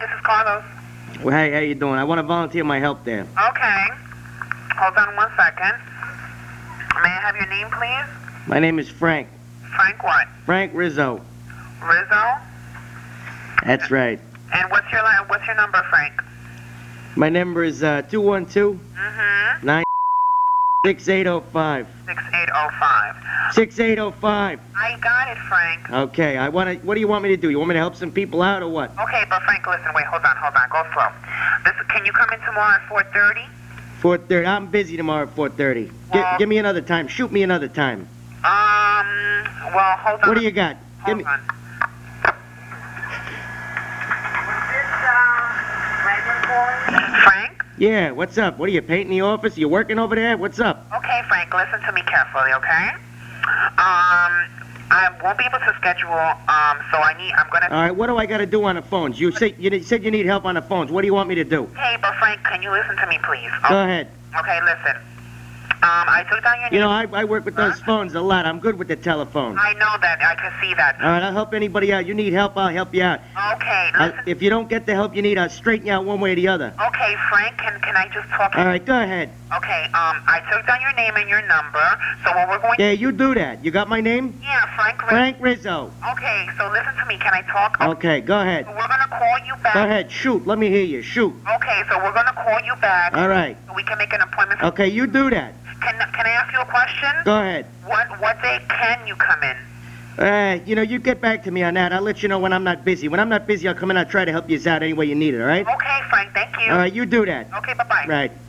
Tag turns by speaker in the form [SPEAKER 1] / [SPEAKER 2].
[SPEAKER 1] this is Carlos.
[SPEAKER 2] Well, hey, how you doing? I want to volunteer my help there.
[SPEAKER 1] Okay. Hold on one second. May I have your name, please?
[SPEAKER 2] My name is Frank.
[SPEAKER 1] Frank what?
[SPEAKER 2] Frank Rizzo.
[SPEAKER 1] Rizzo?
[SPEAKER 2] That's right.
[SPEAKER 1] And what's your la- what's your number, Frank?
[SPEAKER 2] My number is uh, 212
[SPEAKER 1] Mm-hmm.
[SPEAKER 2] 6805.
[SPEAKER 1] 6805.
[SPEAKER 2] 6805.
[SPEAKER 1] I got it, Frank.
[SPEAKER 2] Okay, I want to. What do you want me to do? You want me to help some people out or what?
[SPEAKER 1] Okay, but Frank, listen, wait, hold on, hold on, go slow. This, can you come in tomorrow at 4.30?
[SPEAKER 2] 4:30. I'm busy tomorrow at 4:30. Gi-
[SPEAKER 1] Well-
[SPEAKER 2] give me another time. Shoot me another time.
[SPEAKER 1] Um, well, hold on.
[SPEAKER 2] What do you got? Give
[SPEAKER 1] Hold
[SPEAKER 2] me.
[SPEAKER 1] on. Frank?
[SPEAKER 2] Yeah. What's up? What are you painting the office? You working over there? What's up?
[SPEAKER 1] Okay, Frank, listen to me carefully, okay? Um, I won't be able to schedule, um, so I need, I'm gonna,
[SPEAKER 2] All right. What do I got to do on the phones? You said you need- said you need help on the phones. What do you want me to do?
[SPEAKER 1] okay, but Frank, can you listen to me, please? Oh,
[SPEAKER 2] Go ahead.
[SPEAKER 1] Okay, listen. Um, I took down your
[SPEAKER 2] You
[SPEAKER 1] name.
[SPEAKER 2] know I, I work with those phones a lot. I'm good with the telephone.
[SPEAKER 1] I know that, I can see that.
[SPEAKER 2] All right. I'll help anybody out. You need help? I'll help you out.
[SPEAKER 1] Okay,
[SPEAKER 2] I'll,
[SPEAKER 1] listen.
[SPEAKER 2] if you don't get the help you need, I'll straighten you out one way or the other.
[SPEAKER 1] Okay, Frank, can, can I just talk?
[SPEAKER 2] All right. Go ahead.
[SPEAKER 1] Okay, um, I took down your name and your number, so what we're going
[SPEAKER 2] Yeah. You do that. You got my name?
[SPEAKER 1] Yeah, Frank. Ri-
[SPEAKER 2] Frank Rizzo.
[SPEAKER 1] Okay, so listen to me. Can I talk?
[SPEAKER 2] Okay. Go ahead.
[SPEAKER 1] We're gonna call you back.
[SPEAKER 2] Go ahead, shoot. Let me hear you. Shoot.
[SPEAKER 1] Okay, so we're gonna call you back.
[SPEAKER 2] All right.
[SPEAKER 1] so we can make an appointment.
[SPEAKER 2] Okay, you do that.
[SPEAKER 1] Can Can I ask you a question?
[SPEAKER 2] Go ahead.
[SPEAKER 1] What What day can you come in?
[SPEAKER 2] Uh, you know, you get back to me on that. I'll let you know when I'm not busy. When I'm not busy, I'll come in. I'll try to help you out any way you need it. All right.
[SPEAKER 1] Okay, Frank. Thank you.
[SPEAKER 2] All right. You do that.
[SPEAKER 1] Okay. Bye bye.
[SPEAKER 2] Right.